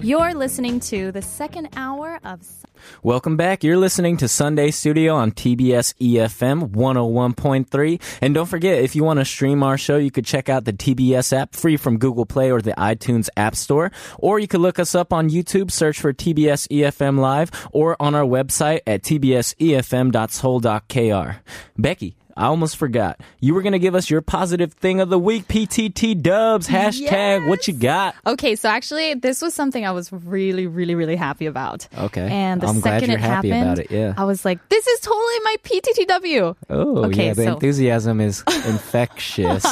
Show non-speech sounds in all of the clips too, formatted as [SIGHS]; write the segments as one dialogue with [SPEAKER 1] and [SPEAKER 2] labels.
[SPEAKER 1] You're listening to the second hour of
[SPEAKER 2] Welcome back. You're listening to Sunday Studio on TBS EFM 101.3. And don't forget, if you want to stream our show, you could check out the TBS app free from Google Play or the iTunes App Store. Or you could look us up on YouTube, search for TBS EFM E Live, or on our website at E tbsefm.soul.kr. Becky. I almost forgot. You were going to give us your positive thing of the week, PTT dubs, hashtag what you got.
[SPEAKER 1] Okay, so actually, this was something I was really, really, really happy about.
[SPEAKER 2] Okay.
[SPEAKER 1] and the
[SPEAKER 2] I'm glad
[SPEAKER 1] second
[SPEAKER 2] you're
[SPEAKER 1] it
[SPEAKER 2] happy
[SPEAKER 1] happened,
[SPEAKER 2] about it, yeah.
[SPEAKER 1] I was like, "This is totally my PTTW."
[SPEAKER 2] Oh,
[SPEAKER 1] okay,
[SPEAKER 2] yeah, the
[SPEAKER 1] so
[SPEAKER 2] enthusiasm is
[SPEAKER 1] [LAUGHS]
[SPEAKER 2] infectious.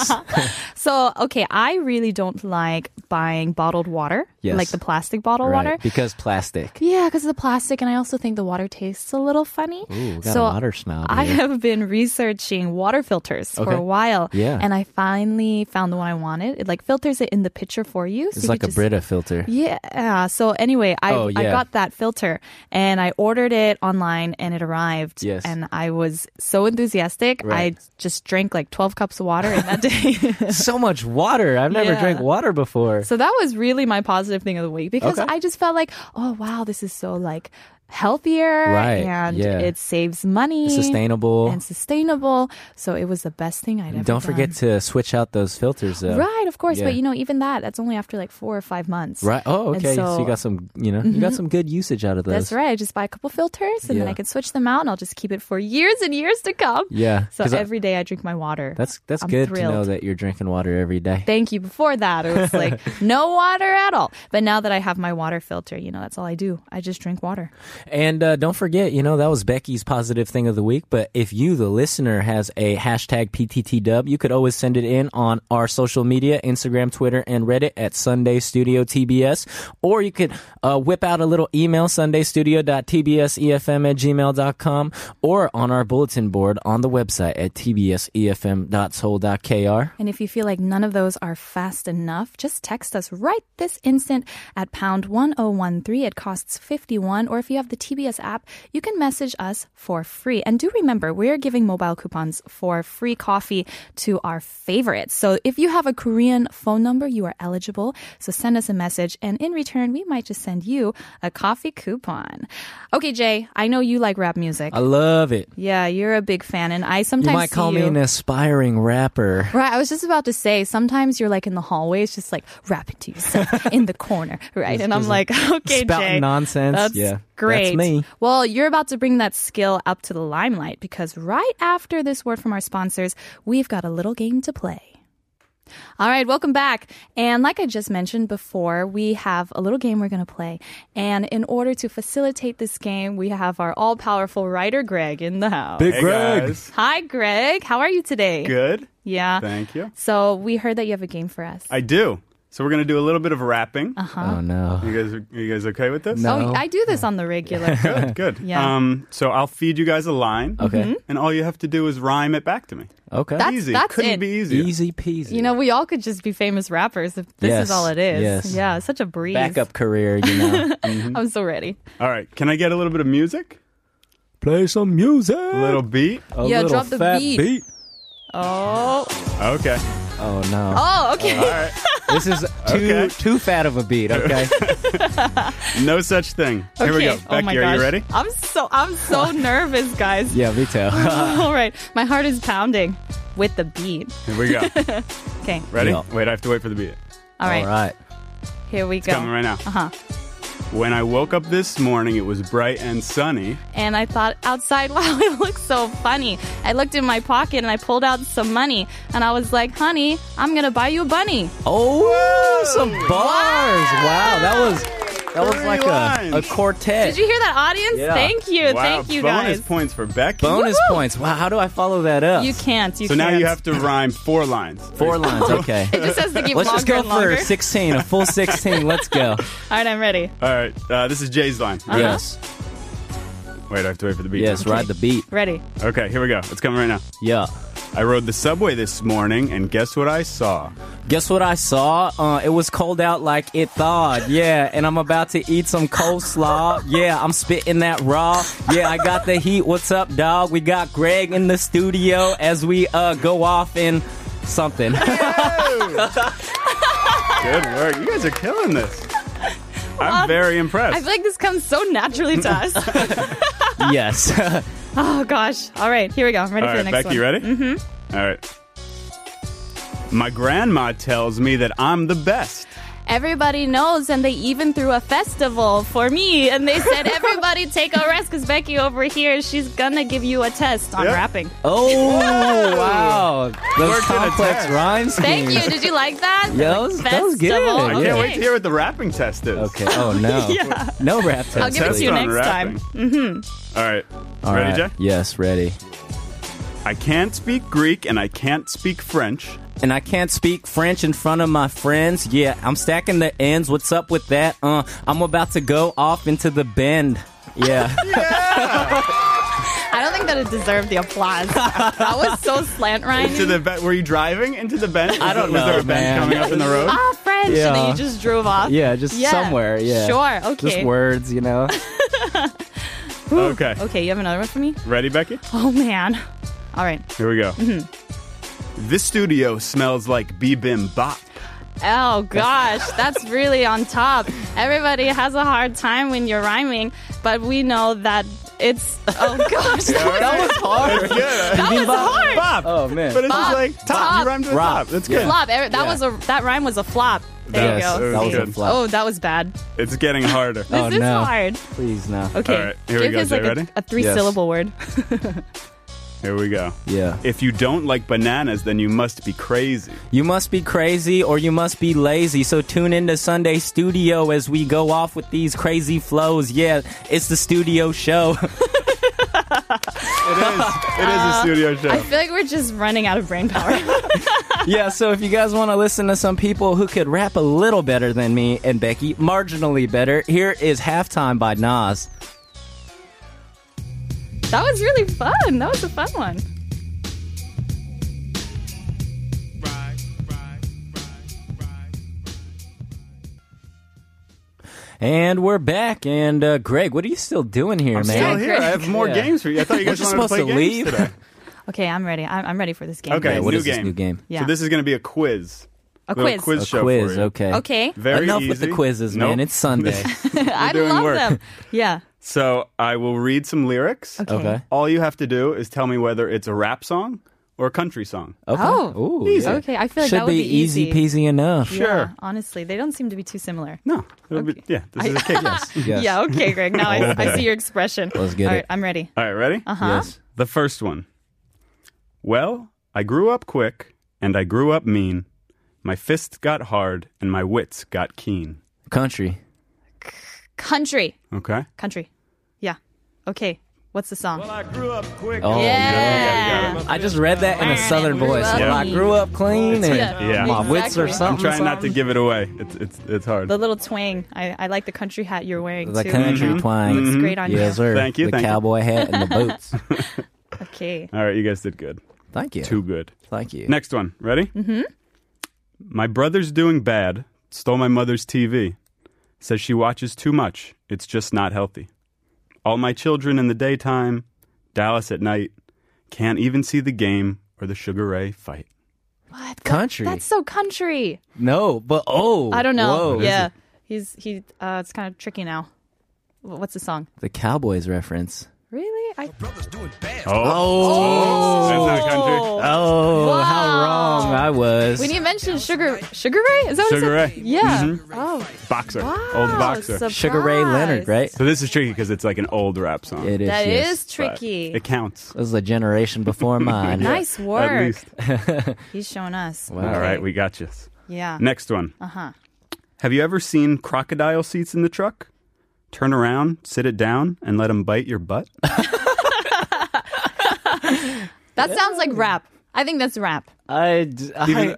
[SPEAKER 1] so okay, I really don't like buying bottled water,
[SPEAKER 2] Yes.
[SPEAKER 1] like the plastic bottled water.
[SPEAKER 2] Right, because plastic.
[SPEAKER 1] Yeah, because of the plastic, and I also think the water tastes a little funny.
[SPEAKER 2] Ooh, got
[SPEAKER 1] so
[SPEAKER 2] a water snob.
[SPEAKER 1] I [LAUGHS]
[SPEAKER 2] here.
[SPEAKER 1] have been researching water filters for
[SPEAKER 2] Okay.
[SPEAKER 1] a while.
[SPEAKER 2] Yeah.
[SPEAKER 1] And I finally found the one I wanted. It like filters it in the pitcher for you. so
[SPEAKER 2] It's
[SPEAKER 1] you
[SPEAKER 2] like
[SPEAKER 1] could
[SPEAKER 2] a
[SPEAKER 1] just-
[SPEAKER 2] Brita filter.
[SPEAKER 1] [LAUGHS] Yeah. So anyway, I
[SPEAKER 2] Oh,
[SPEAKER 1] I
[SPEAKER 2] yeah.
[SPEAKER 1] got that filter and I ordered it online and it arrived.
[SPEAKER 2] Yes.
[SPEAKER 1] And I was so enthusiastic.
[SPEAKER 2] Right.
[SPEAKER 1] I just drank like 12 cups of water in that
[SPEAKER 2] [LAUGHS]
[SPEAKER 1] day.
[SPEAKER 2] [LAUGHS] so much water. I've never
[SPEAKER 1] Yeah.
[SPEAKER 2] drank water before.
[SPEAKER 1] So that was really my positive thing of the week because
[SPEAKER 2] Okay.
[SPEAKER 1] I just felt like, oh wow, this is so like healthier
[SPEAKER 2] Right,
[SPEAKER 1] and
[SPEAKER 2] yeah.
[SPEAKER 1] it saves money.
[SPEAKER 2] It's sustainable.
[SPEAKER 1] and sustainable. So it was the best thing I'd ever
[SPEAKER 2] Don't forget
[SPEAKER 1] done.
[SPEAKER 2] to switch out those filters though.
[SPEAKER 1] Right, of course, but
[SPEAKER 2] Yeah.
[SPEAKER 1] you know, even that, that's only after like four or five months.
[SPEAKER 2] Right. Oh,
[SPEAKER 1] And Mm-hmm.
[SPEAKER 2] okay. So, you got some, you know, you got some good usage out of those.
[SPEAKER 1] That's right. I just buy a couple filters and then
[SPEAKER 2] Yeah.
[SPEAKER 1] I can switch them out and I'll just keep it for years and years to come.
[SPEAKER 2] Yeah.
[SPEAKER 1] So
[SPEAKER 2] 'cause I-
[SPEAKER 1] every day I drink my water.
[SPEAKER 2] that's that's
[SPEAKER 1] I'm
[SPEAKER 2] good to know
[SPEAKER 1] thrilled.
[SPEAKER 2] that you're drinking water every day.
[SPEAKER 1] Thank you. Before that, it was
[SPEAKER 2] [LAUGHS]
[SPEAKER 1] like no water at all. But now that I have my water filter, you know, that's all I do. I just drink water.
[SPEAKER 2] And uh, don't forget, you know, that was Becky's positive thing of the week. But if you, the listener, has a hashtag PTTW, you could always send it in on our social media Instagram, Twitter, and Reddit at Sunday Studio TBS. Or you could uh, whip out a little email, sundaystudio.tbsefm E at gmail.com, or on our bulletin board on the website at E tbsefm.soul.kr.
[SPEAKER 1] And if you feel like none of those are fast enough, just text us right this instant at pound 1013. It costs 51. Or if you have the TBS app, you can message us for free. And do remember, we're giving mobile coupons for free coffee to our favorites. So if you have a Korean phone number, you are eligible. So send us a message. And in return, we might just send you a coffee coupon. Okay, Jay, I know you like rap music.
[SPEAKER 2] I love it.
[SPEAKER 1] yeah, you're a big fan. And I
[SPEAKER 2] You
[SPEAKER 1] sometimes
[SPEAKER 2] might
[SPEAKER 1] see
[SPEAKER 2] call me
[SPEAKER 1] you-
[SPEAKER 2] an aspiring rapper.
[SPEAKER 1] Right, I was just about to say, sometimes you're like in the hallways, just like rapping
[SPEAKER 2] [LAUGHS]
[SPEAKER 1] to yourself in the corner, right? And I'm like, [LAUGHS] okay,
[SPEAKER 2] spouting
[SPEAKER 1] Jay,
[SPEAKER 2] nonsense.
[SPEAKER 1] That's
[SPEAKER 2] Yeah, that's
[SPEAKER 1] great.
[SPEAKER 2] me.
[SPEAKER 1] Well, you're about to bring that skill up to the limelight because right after this word from our sponsors, we've got a little game to play. All right, welcome back. And like I just mentioned before, we have a little game we're going to play. And in order to facilitate this game, we have our all powerful writer, Greg, in the house.
[SPEAKER 2] Big Greg.
[SPEAKER 3] guys.
[SPEAKER 1] Hi, Greg. How are you today?
[SPEAKER 3] Good.
[SPEAKER 1] Yeah.
[SPEAKER 3] Thank you.
[SPEAKER 1] So we heard that you have a game for us.
[SPEAKER 3] I do. So we're gonna do a little bit of rapping.
[SPEAKER 1] Uh-huh.
[SPEAKER 2] Oh, no.
[SPEAKER 3] You guys, are you guys okay with this?
[SPEAKER 2] No.
[SPEAKER 1] Oh, I do this on the
[SPEAKER 3] [LAUGHS]
[SPEAKER 1] regular.
[SPEAKER 3] Good. Good.
[SPEAKER 1] Yeah. Mm-hmm.
[SPEAKER 3] Um, so I'll feed you guys a line.
[SPEAKER 2] Okay. Mhm.
[SPEAKER 3] And all you have to do is rhyme it back to me.
[SPEAKER 2] Okay.
[SPEAKER 1] That's-
[SPEAKER 3] Easy.
[SPEAKER 1] that's
[SPEAKER 3] Couldn't
[SPEAKER 1] it.
[SPEAKER 3] be easier.
[SPEAKER 2] Easy peasy.
[SPEAKER 1] you know, we all could just be famous rappers if this
[SPEAKER 2] Yes,
[SPEAKER 1] is all it is.
[SPEAKER 2] yes.
[SPEAKER 1] Yeah, such a breeze.
[SPEAKER 2] backup career, you know.
[SPEAKER 1] I'm so ready.
[SPEAKER 3] All right. Can I get a little bit of music?
[SPEAKER 2] [LAUGHS] Play some music.
[SPEAKER 3] A little beat.
[SPEAKER 2] a
[SPEAKER 1] Yeah,
[SPEAKER 2] little
[SPEAKER 1] drop the
[SPEAKER 2] fat
[SPEAKER 1] beat.
[SPEAKER 3] [LAUGHS]
[SPEAKER 1] Oh.
[SPEAKER 3] Okay.
[SPEAKER 2] Oh no,
[SPEAKER 1] Oh, okay.
[SPEAKER 3] All right.
[SPEAKER 2] [LAUGHS] this is too
[SPEAKER 3] Okay.
[SPEAKER 2] too fat of a beat. Okay,
[SPEAKER 3] No such thing. Here we go.
[SPEAKER 1] Okay. oh my
[SPEAKER 3] Becky, are
[SPEAKER 1] gosh.
[SPEAKER 3] you ready?
[SPEAKER 1] I'm so I'm
[SPEAKER 3] [LAUGHS]
[SPEAKER 1] so nervous, guys.
[SPEAKER 2] yeah, me [LAUGHS] too.
[SPEAKER 1] [LAUGHS] all right. My heart is pounding with the beat.
[SPEAKER 3] Here we go.
[SPEAKER 1] [LAUGHS] Okay.
[SPEAKER 3] Ready?
[SPEAKER 2] Yeah.
[SPEAKER 3] Wait, I have to wait for the beat.
[SPEAKER 1] All right.
[SPEAKER 2] All right,
[SPEAKER 1] Here we go.
[SPEAKER 3] Coming right now.
[SPEAKER 1] Uh-huh.
[SPEAKER 3] When I woke up this morning, it was bright and sunny.
[SPEAKER 1] and I thought outside, [LAUGHS] wow, it looks so funny. I looked in my pocket and I pulled out some money and I was like, honey, I'm gonna buy you a bunny.
[SPEAKER 2] oh, some bars! Wow, that was That was
[SPEAKER 3] Three
[SPEAKER 2] like a, a
[SPEAKER 3] lines.
[SPEAKER 2] quartet.
[SPEAKER 1] Did you hear that, audience?
[SPEAKER 2] Yeah.
[SPEAKER 1] Thank you.
[SPEAKER 3] wow,
[SPEAKER 1] Thank you,
[SPEAKER 3] bonus
[SPEAKER 1] guys.
[SPEAKER 3] points for Becky.
[SPEAKER 2] Bonus points. Wow, how do I follow that up?
[SPEAKER 1] You can't. You
[SPEAKER 3] So
[SPEAKER 1] can't.
[SPEAKER 3] now you have to rhyme four lines.
[SPEAKER 2] Four
[SPEAKER 1] [LAUGHS]
[SPEAKER 2] lines, okay.
[SPEAKER 1] It just has to keep
[SPEAKER 2] Let's
[SPEAKER 1] longer
[SPEAKER 2] just go
[SPEAKER 1] and longer.
[SPEAKER 2] for 16, a full 16. Let's go.
[SPEAKER 1] All right, I'm ready.
[SPEAKER 3] All right, uh, this is Jay's line.
[SPEAKER 1] Uh-huh.
[SPEAKER 2] Yes.
[SPEAKER 3] Wait, I have to wait for the beat.
[SPEAKER 2] Yes, ride the beat.
[SPEAKER 1] Ready.
[SPEAKER 3] Okay, here we go. It's coming right now.
[SPEAKER 2] Yeah.
[SPEAKER 3] I rode the subway this morning, and guess what I saw?
[SPEAKER 2] Guess what I saw? Uh, it was cold out like it thawed. Yeah, and I'm about to eat some coleslaw. Yeah, I'm spitting that raw. Yeah, I got the heat. What's up, dog? We got Greg in the studio as we uh, go off in something. [LAUGHS]
[SPEAKER 3] Good work. You guys are killing this. I'm
[SPEAKER 1] I
[SPEAKER 3] very impressed.
[SPEAKER 1] feel like this comes so naturally to us.
[SPEAKER 3] [LAUGHS]
[SPEAKER 2] yes. [LAUGHS]
[SPEAKER 1] oh gosh. All right, here we go. I'm ready
[SPEAKER 3] All
[SPEAKER 1] for
[SPEAKER 3] right,
[SPEAKER 1] the next
[SPEAKER 3] Becky, you
[SPEAKER 1] one.
[SPEAKER 3] ready? Mm-hmm. All right. My grandma tells me that I'm the best.
[SPEAKER 1] Everybody knows, and they even threw a festival for me, and they
[SPEAKER 3] [LAUGHS]
[SPEAKER 1] said, "Everybody take a rest, because Becky over here, she's gonna give you a test on
[SPEAKER 3] Yep.
[SPEAKER 1] rapping."
[SPEAKER 2] Oh, wow. Those
[SPEAKER 3] Worked in a
[SPEAKER 2] complex
[SPEAKER 3] test.
[SPEAKER 2] rhyme schemes.
[SPEAKER 1] Thank you. Did you like that?
[SPEAKER 2] Yeah, that was- that was good.
[SPEAKER 1] Festival?
[SPEAKER 2] I
[SPEAKER 3] I
[SPEAKER 2] Yeah.
[SPEAKER 3] can't wait to hear what the rapping test is.
[SPEAKER 2] Okay. Oh
[SPEAKER 3] [LAUGHS]
[SPEAKER 2] no. No rap test.
[SPEAKER 1] I'll give it to
[SPEAKER 3] Test
[SPEAKER 1] you
[SPEAKER 3] on
[SPEAKER 1] next
[SPEAKER 3] rapping. Mm-hmm. All right.
[SPEAKER 2] All
[SPEAKER 3] ready,
[SPEAKER 2] right.
[SPEAKER 3] Jay?
[SPEAKER 2] Yes, ready.
[SPEAKER 3] I can't speak Greek and I can't speak French.
[SPEAKER 2] And I can't speak French in front of my friends. Yeah, I'm stacking the ends. What's up with that? Uh, I'm about to go off into the bend. Yeah.
[SPEAKER 1] I don't think that it deserved
[SPEAKER 2] [LAUGHS]
[SPEAKER 1] the applause. that was so slant
[SPEAKER 3] Into
[SPEAKER 1] rhyming.
[SPEAKER 3] the be- were you driving into the bend?
[SPEAKER 2] I don't
[SPEAKER 3] was
[SPEAKER 2] know,
[SPEAKER 3] there a bend
[SPEAKER 2] man.
[SPEAKER 3] coming up in the
[SPEAKER 2] [LAUGHS]
[SPEAKER 3] road?
[SPEAKER 1] Ah, French. And then
[SPEAKER 2] Yeah.
[SPEAKER 1] you just drove
[SPEAKER 2] [LAUGHS]
[SPEAKER 1] off.
[SPEAKER 2] yeah, just somewhere. Yeah.
[SPEAKER 1] Sure.
[SPEAKER 2] Just
[SPEAKER 1] Okay.
[SPEAKER 2] words, you know.
[SPEAKER 3] Okay.
[SPEAKER 1] Okay, you have another one for me? [LAUGHS]
[SPEAKER 3] Ready, Becky?
[SPEAKER 1] Oh man. All right.
[SPEAKER 3] Here we go.
[SPEAKER 2] Mm-hmm.
[SPEAKER 3] This studio smells
[SPEAKER 2] [LAUGHS]
[SPEAKER 3] like bibimbap.
[SPEAKER 1] Oh gosh, [LAUGHS] that's really on top. Everybody has a hard time when you're rhyming, but we know that it's [LAUGHS] oh gosh.
[SPEAKER 2] that was hard.
[SPEAKER 3] Yeah.
[SPEAKER 1] That was hard.
[SPEAKER 3] Bop.
[SPEAKER 2] [LAUGHS] Oh man.
[SPEAKER 3] But it's just
[SPEAKER 1] Bop.
[SPEAKER 3] like top.
[SPEAKER 1] Top.
[SPEAKER 3] You rhymed with
[SPEAKER 2] Rob.
[SPEAKER 3] top. That's good.
[SPEAKER 1] Flop. Every- That
[SPEAKER 2] Yeah.
[SPEAKER 1] was a that rhyme was a flop. There
[SPEAKER 2] Yes,
[SPEAKER 1] you go.
[SPEAKER 2] that was
[SPEAKER 1] See?
[SPEAKER 2] a flop.
[SPEAKER 1] Oh, that was bad. This
[SPEAKER 3] It's getting harder.
[SPEAKER 2] Oh,
[SPEAKER 1] is
[SPEAKER 2] no.
[SPEAKER 1] hard.
[SPEAKER 2] Please no.
[SPEAKER 1] Okay.
[SPEAKER 3] All right, here we
[SPEAKER 1] Give
[SPEAKER 3] go.
[SPEAKER 1] us
[SPEAKER 3] Jay,
[SPEAKER 1] like a-
[SPEAKER 3] ready?
[SPEAKER 1] a, three syllable word.
[SPEAKER 3] Here we go.
[SPEAKER 2] Yeah.
[SPEAKER 3] If you don't like bananas, then you must be crazy.
[SPEAKER 2] You must be crazy or you must be lazy. So tune into Sunday Studio as we go off with these crazy flows. Yeah, it's the studio show. [LAUGHS]
[SPEAKER 3] [LAUGHS] It is. It is
[SPEAKER 2] Uh,
[SPEAKER 3] a studio show.
[SPEAKER 1] I feel like we're just running out of brain power. [LAUGHS]
[SPEAKER 2] yeah, so if you guys want to listen to some people who could rap a little better than me and Becky, marginally better, here is Halftime by Nas.
[SPEAKER 1] that was really fun. That was a fun one.
[SPEAKER 2] And we're back. And uh, Greg, what are you still doing here, man?
[SPEAKER 3] Still here. I have more
[SPEAKER 2] Yeah.
[SPEAKER 3] games for you. I thought you
[SPEAKER 2] We're
[SPEAKER 3] guys
[SPEAKER 2] just
[SPEAKER 3] wanted
[SPEAKER 2] supposed to,
[SPEAKER 3] play games
[SPEAKER 2] [LAUGHS] leave.
[SPEAKER 3] today.
[SPEAKER 1] Okay, I'm ready. I'm, I'm ready for this game.
[SPEAKER 3] Okay,
[SPEAKER 2] Yeah,
[SPEAKER 1] guys.
[SPEAKER 2] what
[SPEAKER 3] new
[SPEAKER 2] is this
[SPEAKER 3] game.
[SPEAKER 2] new game?
[SPEAKER 1] Yeah.
[SPEAKER 3] So this is going to be a quiz.
[SPEAKER 1] a
[SPEAKER 3] Little
[SPEAKER 1] quiz.
[SPEAKER 3] quiz show
[SPEAKER 2] Quiz,
[SPEAKER 3] for you.
[SPEAKER 2] okay.
[SPEAKER 1] Okay.
[SPEAKER 3] Very
[SPEAKER 2] Enough
[SPEAKER 3] easy.
[SPEAKER 2] with the quizzes, man.
[SPEAKER 3] Nope.
[SPEAKER 2] It's
[SPEAKER 3] [LAUGHS]
[SPEAKER 2] Sunday.
[SPEAKER 1] [LAUGHS] I
[SPEAKER 3] doing
[SPEAKER 1] love
[SPEAKER 3] work. [LAUGHS]
[SPEAKER 1] them. Yeah.
[SPEAKER 3] So I will read some lyrics.
[SPEAKER 1] Okay.
[SPEAKER 2] okay.
[SPEAKER 3] All you have to do is tell me whether it's a rap song or a country song.
[SPEAKER 2] Okay.
[SPEAKER 1] Oh,
[SPEAKER 2] Ooh, yeah.
[SPEAKER 1] Okay, I feel like
[SPEAKER 2] Should
[SPEAKER 1] that would be
[SPEAKER 2] easy peasy enough.
[SPEAKER 1] Yeah, honestly, they don't seem to be too similar.
[SPEAKER 3] No, it'll be, yeah, this is a kick ass.
[SPEAKER 1] [LAUGHS]
[SPEAKER 2] Yes.
[SPEAKER 1] Yeah, okay, Greg.
[SPEAKER 2] [LAUGHS]
[SPEAKER 1] Now I, I see your expression.
[SPEAKER 2] Let's get
[SPEAKER 1] All right,
[SPEAKER 2] it.
[SPEAKER 1] I'm ready.
[SPEAKER 3] All right, ready?
[SPEAKER 1] Uh-huh.
[SPEAKER 3] Uh
[SPEAKER 2] Yes.
[SPEAKER 3] The first one. Well, I grew up quick and I grew up mean. My fists got hard and my wits got keen.
[SPEAKER 2] Country.
[SPEAKER 1] Country.
[SPEAKER 3] Okay.
[SPEAKER 1] Country. Yeah. Okay. What's the song?
[SPEAKER 3] I grew up quick.
[SPEAKER 2] Oh,
[SPEAKER 1] yeah.
[SPEAKER 2] I just read that in a southern
[SPEAKER 1] Grew
[SPEAKER 2] voice.
[SPEAKER 1] up
[SPEAKER 2] Well, I
[SPEAKER 1] mean.
[SPEAKER 2] grew up clean and
[SPEAKER 1] Yeah.
[SPEAKER 3] Yeah.
[SPEAKER 2] my wits are
[SPEAKER 1] Exactly.
[SPEAKER 3] I'm
[SPEAKER 2] something.
[SPEAKER 3] trying not to
[SPEAKER 2] something.
[SPEAKER 3] give it away. It's it's it's hard.
[SPEAKER 1] The little twang. I, I like the country hat you're wearing
[SPEAKER 2] the
[SPEAKER 1] too.
[SPEAKER 2] country
[SPEAKER 1] right
[SPEAKER 3] Mm-hmm.
[SPEAKER 1] now.
[SPEAKER 2] twang.
[SPEAKER 1] Looks great on
[SPEAKER 2] Yes,
[SPEAKER 1] you.
[SPEAKER 2] sir.
[SPEAKER 3] Thank you,
[SPEAKER 2] The
[SPEAKER 3] thank you.
[SPEAKER 2] cowboy hat and the
[SPEAKER 3] [LAUGHS]
[SPEAKER 2] boots.
[SPEAKER 1] Okay.
[SPEAKER 3] All right, you guys did good.
[SPEAKER 2] Thank you.
[SPEAKER 3] Too good.
[SPEAKER 2] Thank you.
[SPEAKER 3] Next one. Ready? Mm-hmm. My brother's doing bad. Stole my mother's TV. Says she watches too much. It's just not healthy. All my children in the daytime. Dallas at night. Can't even see the game or the Sugar Ray fight.
[SPEAKER 1] What?
[SPEAKER 2] Country.
[SPEAKER 1] That's so country.
[SPEAKER 2] no, but oh,
[SPEAKER 1] I don't know.
[SPEAKER 2] Whoa.
[SPEAKER 1] yeah. He's he. Uh, it's kind of tricky now. Wh- What's the song?
[SPEAKER 2] The Cowboys reference.
[SPEAKER 1] Really? I.
[SPEAKER 3] Oh, that's not country.
[SPEAKER 2] Oh,
[SPEAKER 1] Wow.
[SPEAKER 2] how wrong I was.
[SPEAKER 1] When you mentioned Sugar Sugar Ray, is that what
[SPEAKER 3] Sugar
[SPEAKER 1] it
[SPEAKER 3] Ray.
[SPEAKER 1] said?
[SPEAKER 3] Mm-hmm.
[SPEAKER 1] Yeah. Oh,
[SPEAKER 3] Boxer.
[SPEAKER 1] wow.
[SPEAKER 3] Old boxer.
[SPEAKER 2] Sugar Ray Leonard,
[SPEAKER 1] surprise.
[SPEAKER 2] right?
[SPEAKER 3] so this is tricky because it's like an old rap song.
[SPEAKER 2] It is.
[SPEAKER 1] That
[SPEAKER 2] yes.
[SPEAKER 1] is
[SPEAKER 3] but
[SPEAKER 1] tricky.
[SPEAKER 3] It counts.
[SPEAKER 2] This is a generation
[SPEAKER 1] [LAUGHS]
[SPEAKER 2] before mine.
[SPEAKER 1] nice work.
[SPEAKER 3] At least.
[SPEAKER 2] [LAUGHS]
[SPEAKER 1] He's shown us.
[SPEAKER 3] All right, we got you.
[SPEAKER 1] Yeah. uh-huh.
[SPEAKER 3] Next one. Uh huh. Have you ever seen crocodile seats in the truck? turn around, sit it down, and let him bite your
[SPEAKER 2] [LAUGHS]
[SPEAKER 3] butt?
[SPEAKER 1] That sounds like rap. I think that's rap.
[SPEAKER 2] I,
[SPEAKER 3] Even-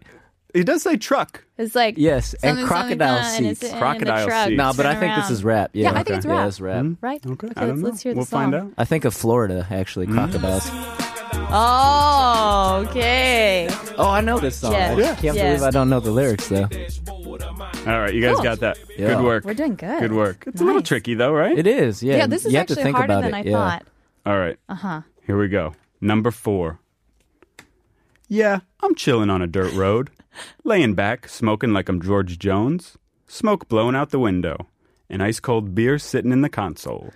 [SPEAKER 3] he does say truck.
[SPEAKER 1] It's like
[SPEAKER 2] Yes, and
[SPEAKER 1] something, something
[SPEAKER 2] crocodile
[SPEAKER 1] done, and it's
[SPEAKER 2] seats.
[SPEAKER 1] in the
[SPEAKER 3] Crocodile
[SPEAKER 1] truck,
[SPEAKER 3] seats.
[SPEAKER 2] no, but I
[SPEAKER 1] turn
[SPEAKER 2] think this
[SPEAKER 1] around.
[SPEAKER 2] is rap. Yeah,
[SPEAKER 1] I think it's rap.
[SPEAKER 2] Yeah, it's
[SPEAKER 3] Hmm?
[SPEAKER 2] rap.
[SPEAKER 1] right. Okay,
[SPEAKER 3] I don't
[SPEAKER 1] let's,
[SPEAKER 3] know.
[SPEAKER 1] let's hear
[SPEAKER 3] we'll
[SPEAKER 1] the song.
[SPEAKER 3] find out.
[SPEAKER 2] I think of Florida actually,
[SPEAKER 3] Hmm?
[SPEAKER 2] crocodiles.
[SPEAKER 1] Oh, okay.
[SPEAKER 2] Oh, I know this song.
[SPEAKER 1] Yeah.
[SPEAKER 2] I
[SPEAKER 1] Yeah.
[SPEAKER 2] can't
[SPEAKER 1] Yeah.
[SPEAKER 2] believe I don't know the lyrics though.
[SPEAKER 3] All right, you guys
[SPEAKER 1] Cool.
[SPEAKER 3] got that.
[SPEAKER 2] Yeah.
[SPEAKER 3] Good work.
[SPEAKER 1] We're doing good.
[SPEAKER 3] Good work. It's a little
[SPEAKER 1] Nice.
[SPEAKER 3] tricky though, right?
[SPEAKER 2] It is. Yeah,
[SPEAKER 1] Yeah, this is
[SPEAKER 2] you have to
[SPEAKER 1] actually
[SPEAKER 2] think
[SPEAKER 1] harder
[SPEAKER 2] about
[SPEAKER 1] than
[SPEAKER 2] it.
[SPEAKER 1] I
[SPEAKER 2] yeah.
[SPEAKER 1] thought.
[SPEAKER 3] All right. Uh
[SPEAKER 1] Uh-huh.
[SPEAKER 3] huh. Here we go. Number four. Yeah, I'm chilling on a dirt
[SPEAKER 1] [LAUGHS]
[SPEAKER 3] road, laying back, smoking like I'm George Jones, smoke blowing out the window, and ice cold beer sitting in the console.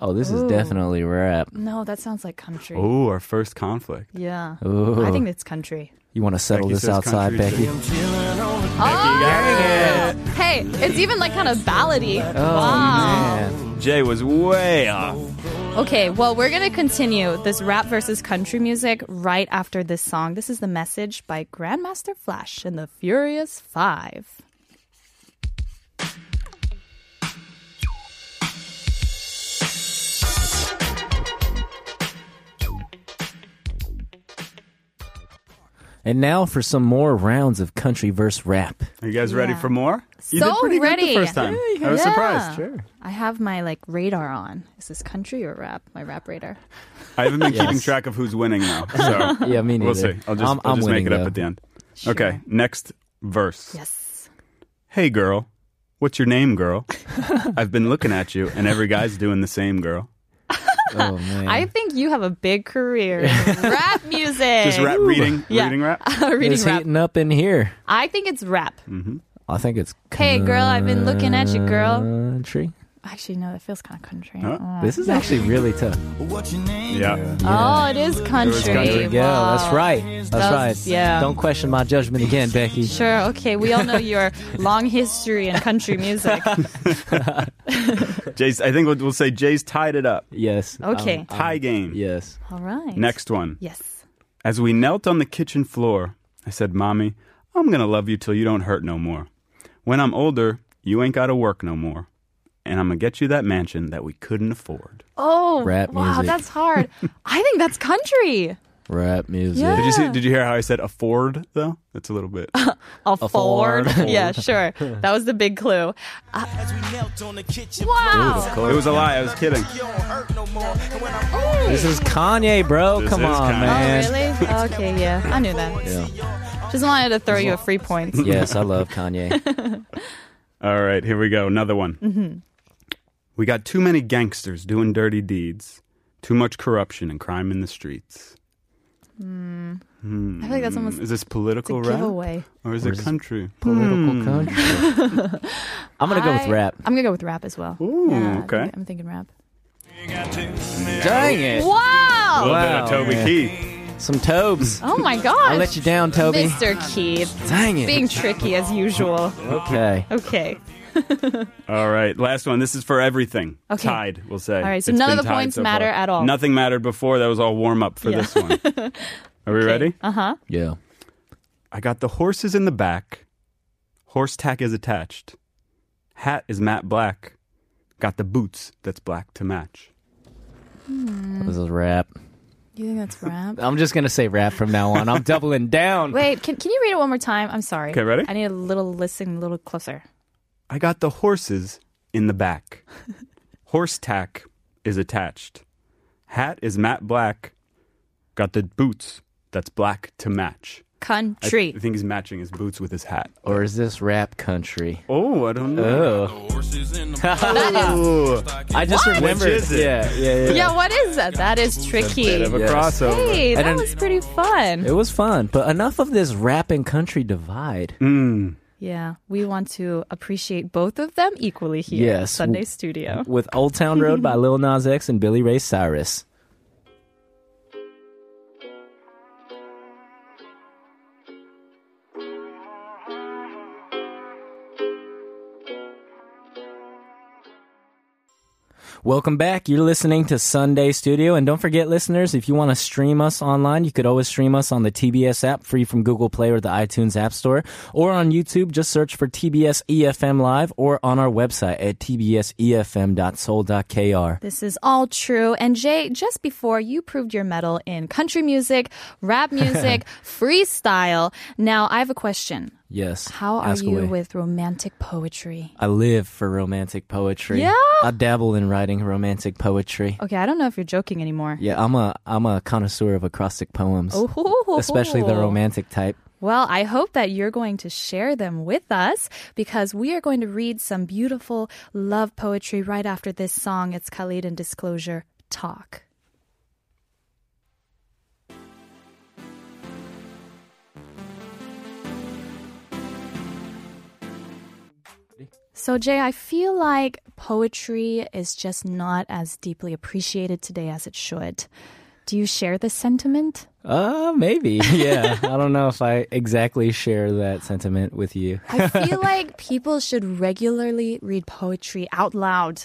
[SPEAKER 2] Oh, this is
[SPEAKER 1] Ooh.
[SPEAKER 2] definitely rap.
[SPEAKER 1] No, that sounds like country.
[SPEAKER 3] Oh, our first conflict.
[SPEAKER 1] Yeah.
[SPEAKER 2] Ooh.
[SPEAKER 1] I think it's country.
[SPEAKER 2] You want to settle
[SPEAKER 3] Becky
[SPEAKER 2] this
[SPEAKER 3] says
[SPEAKER 2] outside, Becky?
[SPEAKER 3] country too.
[SPEAKER 1] Oh, hey, it's even like kind of ballady. wow.
[SPEAKER 2] man.
[SPEAKER 3] Jay was way off.
[SPEAKER 1] Okay, well, we're going to continue this rap versus country music right after this song. This is The Message by Grandmaster Flash and the Furious Five.
[SPEAKER 2] And now for some more rounds of country verse
[SPEAKER 1] [LAUGHS]
[SPEAKER 2] rap.
[SPEAKER 3] Are you guys ready
[SPEAKER 1] Yeah.
[SPEAKER 3] for more? You
[SPEAKER 1] So
[SPEAKER 3] did pretty
[SPEAKER 1] ready.
[SPEAKER 3] good the first time. I was
[SPEAKER 1] Yeah.
[SPEAKER 3] surprised.
[SPEAKER 1] I have my like radar on. Is this country or rap? My rap radar.
[SPEAKER 3] I haven't been keeping
[SPEAKER 2] Yes.
[SPEAKER 3] track of who's winning though. So
[SPEAKER 2] Yeah, [LAUGHS] me neither.
[SPEAKER 3] we'll see. I'll just,
[SPEAKER 2] I'm,
[SPEAKER 3] I'll
[SPEAKER 2] I'm
[SPEAKER 3] just
[SPEAKER 2] winning,
[SPEAKER 3] make it up
[SPEAKER 2] though.
[SPEAKER 3] at the end.
[SPEAKER 1] Sure.
[SPEAKER 3] Okay, next verse.
[SPEAKER 1] Yes.
[SPEAKER 3] Hey, girl. What's your name,
[SPEAKER 1] [LAUGHS]
[SPEAKER 3] girl? I've been looking at you, and every guy's doing the same, girl.
[SPEAKER 2] Oh man.
[SPEAKER 1] I think you have a big career in rap music. [LAUGHS]
[SPEAKER 3] Just rap reading,
[SPEAKER 1] Yeah.
[SPEAKER 3] reading rap.
[SPEAKER 1] Reading
[SPEAKER 2] it's
[SPEAKER 1] rap.
[SPEAKER 2] heating up in here.
[SPEAKER 1] I think it's rap.
[SPEAKER 2] I think it's.
[SPEAKER 1] Hey, girl, I've been looking at you, girl.
[SPEAKER 2] Country.
[SPEAKER 1] Actually, no, that feels kind of country.
[SPEAKER 3] Huh?
[SPEAKER 1] Uh,
[SPEAKER 2] This is actually really tough.
[SPEAKER 3] Yeah.
[SPEAKER 1] Oh, it is country.
[SPEAKER 3] country.
[SPEAKER 2] Yeah,
[SPEAKER 1] Wow.
[SPEAKER 2] that's right. That's
[SPEAKER 1] That's-
[SPEAKER 2] right.
[SPEAKER 1] yeah.
[SPEAKER 2] Don't question my judgment again, Becky.
[SPEAKER 1] Sure. Okay. We all know
[SPEAKER 3] [LAUGHS]
[SPEAKER 1] your long history in country music.
[SPEAKER 3] Um, Jay's. I think we'll, we'll say Jay's tied it up.
[SPEAKER 2] Yes.
[SPEAKER 1] Okay.
[SPEAKER 2] Um,
[SPEAKER 3] Tie game.
[SPEAKER 2] yes.
[SPEAKER 1] All right.
[SPEAKER 3] Next one.
[SPEAKER 1] Yes.
[SPEAKER 3] As we knelt on the kitchen floor, I said, Mommy, I'm going to love you till you don't hurt no more. When I'm older, you ain't got to work no more. And I'm going to get you that mansion that we couldn't afford.
[SPEAKER 1] Oh,
[SPEAKER 2] Rap
[SPEAKER 1] wow.
[SPEAKER 2] music.
[SPEAKER 1] That's
[SPEAKER 3] [LAUGHS]
[SPEAKER 1] hard. I think that's country.
[SPEAKER 2] Rap music.
[SPEAKER 1] Yeah.
[SPEAKER 3] Did you see, did you hear how I said afford though? That's a little bit.
[SPEAKER 1] Afford.
[SPEAKER 2] Afford.
[SPEAKER 1] [LAUGHS] yeah, sure.
[SPEAKER 3] [LAUGHS]
[SPEAKER 1] That was the big clue. Uh,
[SPEAKER 4] As we knelt on the kitchen
[SPEAKER 1] Wow.
[SPEAKER 3] It was a lie. I was kidding.
[SPEAKER 4] floor, you don't hurt no more. And when I'm
[SPEAKER 2] This is Kanye, bro.
[SPEAKER 3] This
[SPEAKER 2] Come
[SPEAKER 3] is
[SPEAKER 2] on,
[SPEAKER 3] Kanye.
[SPEAKER 1] Oh,
[SPEAKER 2] man.
[SPEAKER 1] really? Okay, yeah. I knew
[SPEAKER 3] [LAUGHS]
[SPEAKER 1] that. Just wanted to throw you a free point.
[SPEAKER 3] Mm.
[SPEAKER 2] Yes, I love
[SPEAKER 1] [LAUGHS]
[SPEAKER 2] Kanye.
[SPEAKER 3] All right, here we go. Another one.
[SPEAKER 1] Mm-hmm.
[SPEAKER 3] We got too many gangsters doing dirty deeds, too much corruption and crime in the streets.
[SPEAKER 1] I feel like that's almost
[SPEAKER 3] Is
[SPEAKER 1] it's
[SPEAKER 3] this
[SPEAKER 1] a
[SPEAKER 3] political rap
[SPEAKER 1] giveaway.
[SPEAKER 3] or is it country?
[SPEAKER 2] Political country.
[SPEAKER 1] [LAUGHS]
[SPEAKER 2] I'm gonna go with
[SPEAKER 1] I-
[SPEAKER 2] rap.
[SPEAKER 1] I'm gonna go with rap as well.
[SPEAKER 3] Ooh,
[SPEAKER 1] Yeah, I
[SPEAKER 3] okay.
[SPEAKER 1] think- I'm thinking rap.
[SPEAKER 2] Dang it!
[SPEAKER 3] A
[SPEAKER 1] Wow!
[SPEAKER 3] little
[SPEAKER 2] Wow,
[SPEAKER 3] bit of Toby
[SPEAKER 2] man.
[SPEAKER 3] Keith.
[SPEAKER 2] Some Tobes.
[SPEAKER 1] Oh my
[SPEAKER 2] I
[SPEAKER 1] gosh!
[SPEAKER 2] let you down, Toby.
[SPEAKER 1] Mr. Keith,
[SPEAKER 2] Dang it.
[SPEAKER 1] being tricky as usual.
[SPEAKER 2] Okay.
[SPEAKER 1] Okay.
[SPEAKER 3] All right, last one. This is for everything.
[SPEAKER 1] Okay.
[SPEAKER 3] Tied, we'll say. All
[SPEAKER 1] right, so none of the points matter at all.
[SPEAKER 3] Nothing mattered before. That was all warm up for
[SPEAKER 1] Yeah.
[SPEAKER 3] this one.
[SPEAKER 1] [LAUGHS]
[SPEAKER 3] Are we ready?
[SPEAKER 1] Uh-huh.
[SPEAKER 2] Yeah.
[SPEAKER 3] I got the horses in the back. Horse tack is attached. Hat is matte black. Got the boots that's black to match.
[SPEAKER 2] This is rap.
[SPEAKER 1] You think that's rap?
[SPEAKER 2] I'm just gonna say rap from now on. I'm doubling down.
[SPEAKER 1] Wait, can, can you read it one more time? I'm sorry.
[SPEAKER 3] Okay, ready?
[SPEAKER 1] I need a little listen, a little closer.
[SPEAKER 3] I got the horses in the back.
[SPEAKER 1] [LAUGHS]
[SPEAKER 3] Horse tack is attached. Hat is matte black. Got the boots that's black to match. I,
[SPEAKER 1] Country.
[SPEAKER 3] I think he's matching his boots with his hat.
[SPEAKER 2] Or is this rap country?
[SPEAKER 3] Oh, I don't know.
[SPEAKER 2] Oh.
[SPEAKER 3] [LAUGHS]
[SPEAKER 2] Uh,
[SPEAKER 3] Ooh,
[SPEAKER 2] I just
[SPEAKER 3] What?
[SPEAKER 2] remembered.
[SPEAKER 3] Which is it?
[SPEAKER 2] Yeah, yeah, yeah.
[SPEAKER 1] yeah, what is that? That is
[SPEAKER 3] bit
[SPEAKER 1] tricky.
[SPEAKER 3] of a
[SPEAKER 2] Yes.
[SPEAKER 3] crossover.
[SPEAKER 1] Hey, that
[SPEAKER 2] didn't-
[SPEAKER 1] was pretty fun.
[SPEAKER 2] It was fun, but enough of this rap and country divide.
[SPEAKER 3] Mm.
[SPEAKER 1] Yeah, we want to appreciate both of them equally here. at
[SPEAKER 2] Yes.
[SPEAKER 1] Sunday Studio.
[SPEAKER 2] With Old Town Road
[SPEAKER 3] [LAUGHS]
[SPEAKER 2] by Lil Nas X and Billy Ray Cyrus. Welcome back. You're listening to Sunday Studio. And don't forget, listeners, if you want to stream us online, you could always stream us on the TBS app, free from Google Play or the iTunes App Store, or on YouTube. Just search for TBS EFM E Live or on our website at E tbsefm.soul.kr.
[SPEAKER 1] This is all true. And Jay, just before you proved your mettle in country music,
[SPEAKER 3] [LAUGHS]
[SPEAKER 1] rap music, freestyle. Now I have a question.
[SPEAKER 2] Yes.
[SPEAKER 1] How are
[SPEAKER 2] ask
[SPEAKER 1] you
[SPEAKER 2] away.
[SPEAKER 1] with romantic poetry?
[SPEAKER 2] I live for romantic poetry.
[SPEAKER 1] Yeah?
[SPEAKER 2] I dabble in writing romantic poetry.
[SPEAKER 1] Okay, I don't know if you're joking anymore.
[SPEAKER 2] Yeah, I'm a I'm a connoisseur of acrostic poems,
[SPEAKER 1] Oh,
[SPEAKER 2] especially
[SPEAKER 1] [LAUGHS]
[SPEAKER 2] the romantic type.
[SPEAKER 1] Well, I hope that you're going to share them with us because we are going to read some beautiful love poetry right after this song. It's Khalid and Disclosure Talk. So, Jay, I feel like poetry is just not as deeply appreciated today as it should. Do you share this sentiment?
[SPEAKER 2] Uh,
[SPEAKER 1] [LAUGHS]
[SPEAKER 2] maybe. Yeah, I don't know if I exactly share that sentiment with you.
[SPEAKER 1] I feel like people should regularly read poetry out loud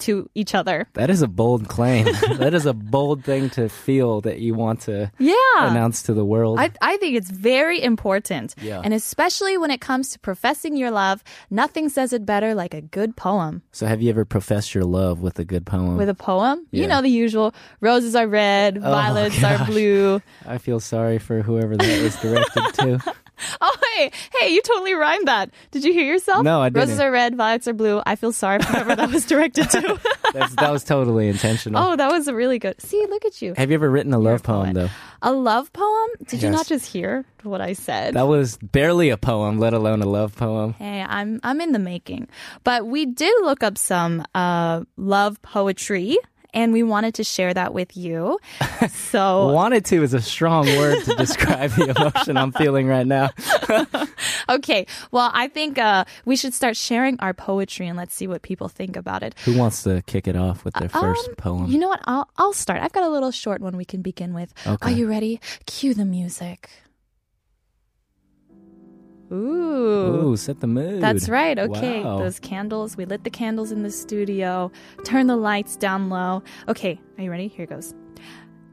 [SPEAKER 1] to each other.
[SPEAKER 2] That is a bold
[SPEAKER 1] [LAUGHS]
[SPEAKER 2] claim. that is a bold thing to feel that you want to
[SPEAKER 1] Yeah.
[SPEAKER 2] announce to the world.
[SPEAKER 1] I, I think it's very important.
[SPEAKER 2] Yeah.
[SPEAKER 1] And especially when it comes to professing your love, nothing says it better like a good poem.
[SPEAKER 2] so, have you ever professed your love with a good poem?
[SPEAKER 1] With a poem,
[SPEAKER 2] Mm.
[SPEAKER 1] you
[SPEAKER 2] Yeah. Oh,
[SPEAKER 1] know the usual roses are red, violets are
[SPEAKER 2] gosh.
[SPEAKER 1] blue.
[SPEAKER 2] I feel sorry for whoever that was directed
[SPEAKER 1] [LAUGHS]
[SPEAKER 2] to.
[SPEAKER 1] Oh, hey, hey, you totally rhymed that. Did you hear yourself?
[SPEAKER 2] No, I
[SPEAKER 1] Roses
[SPEAKER 2] didn't.
[SPEAKER 1] are red, violets are blue. I feel sorry for whoever that was directed
[SPEAKER 2] [LAUGHS]
[SPEAKER 1] to.
[SPEAKER 2] That's, that was totally intentional.
[SPEAKER 1] oh, that was a really good. See, look at you.
[SPEAKER 2] Have you ever written a love
[SPEAKER 1] You're a
[SPEAKER 2] poem
[SPEAKER 1] poet.
[SPEAKER 2] though?
[SPEAKER 1] A love poem? Did you
[SPEAKER 2] Yes.
[SPEAKER 1] not just hear what I said?
[SPEAKER 2] That was barely a poem, let alone a love poem.
[SPEAKER 1] hey, I'm I'm in the making. But we did look up some uh, love poetry, and we wanted to share that
[SPEAKER 2] [LAUGHS]
[SPEAKER 1] with you. So
[SPEAKER 2] Wanted to is a strong word to describe the emotion I'm feeling right
[SPEAKER 1] [LAUGHS]
[SPEAKER 2] now.
[SPEAKER 1] okay, well, I think uh, we should start sharing our poetry, and let's see what people think about it.
[SPEAKER 2] Who wants to kick it off with their first
[SPEAKER 1] Um,
[SPEAKER 2] poem?
[SPEAKER 1] You know what? I'll I'll start. I've got a little short one we can begin with.
[SPEAKER 2] Okay.
[SPEAKER 1] Are you ready? Cue the music. Ooh.
[SPEAKER 2] Ooh, set the mood.
[SPEAKER 1] That's right. Okay.
[SPEAKER 2] Wow.
[SPEAKER 1] Those candles. We lit the candles in the studio. Turn the lights down low. Okay. Are you ready? Here goes.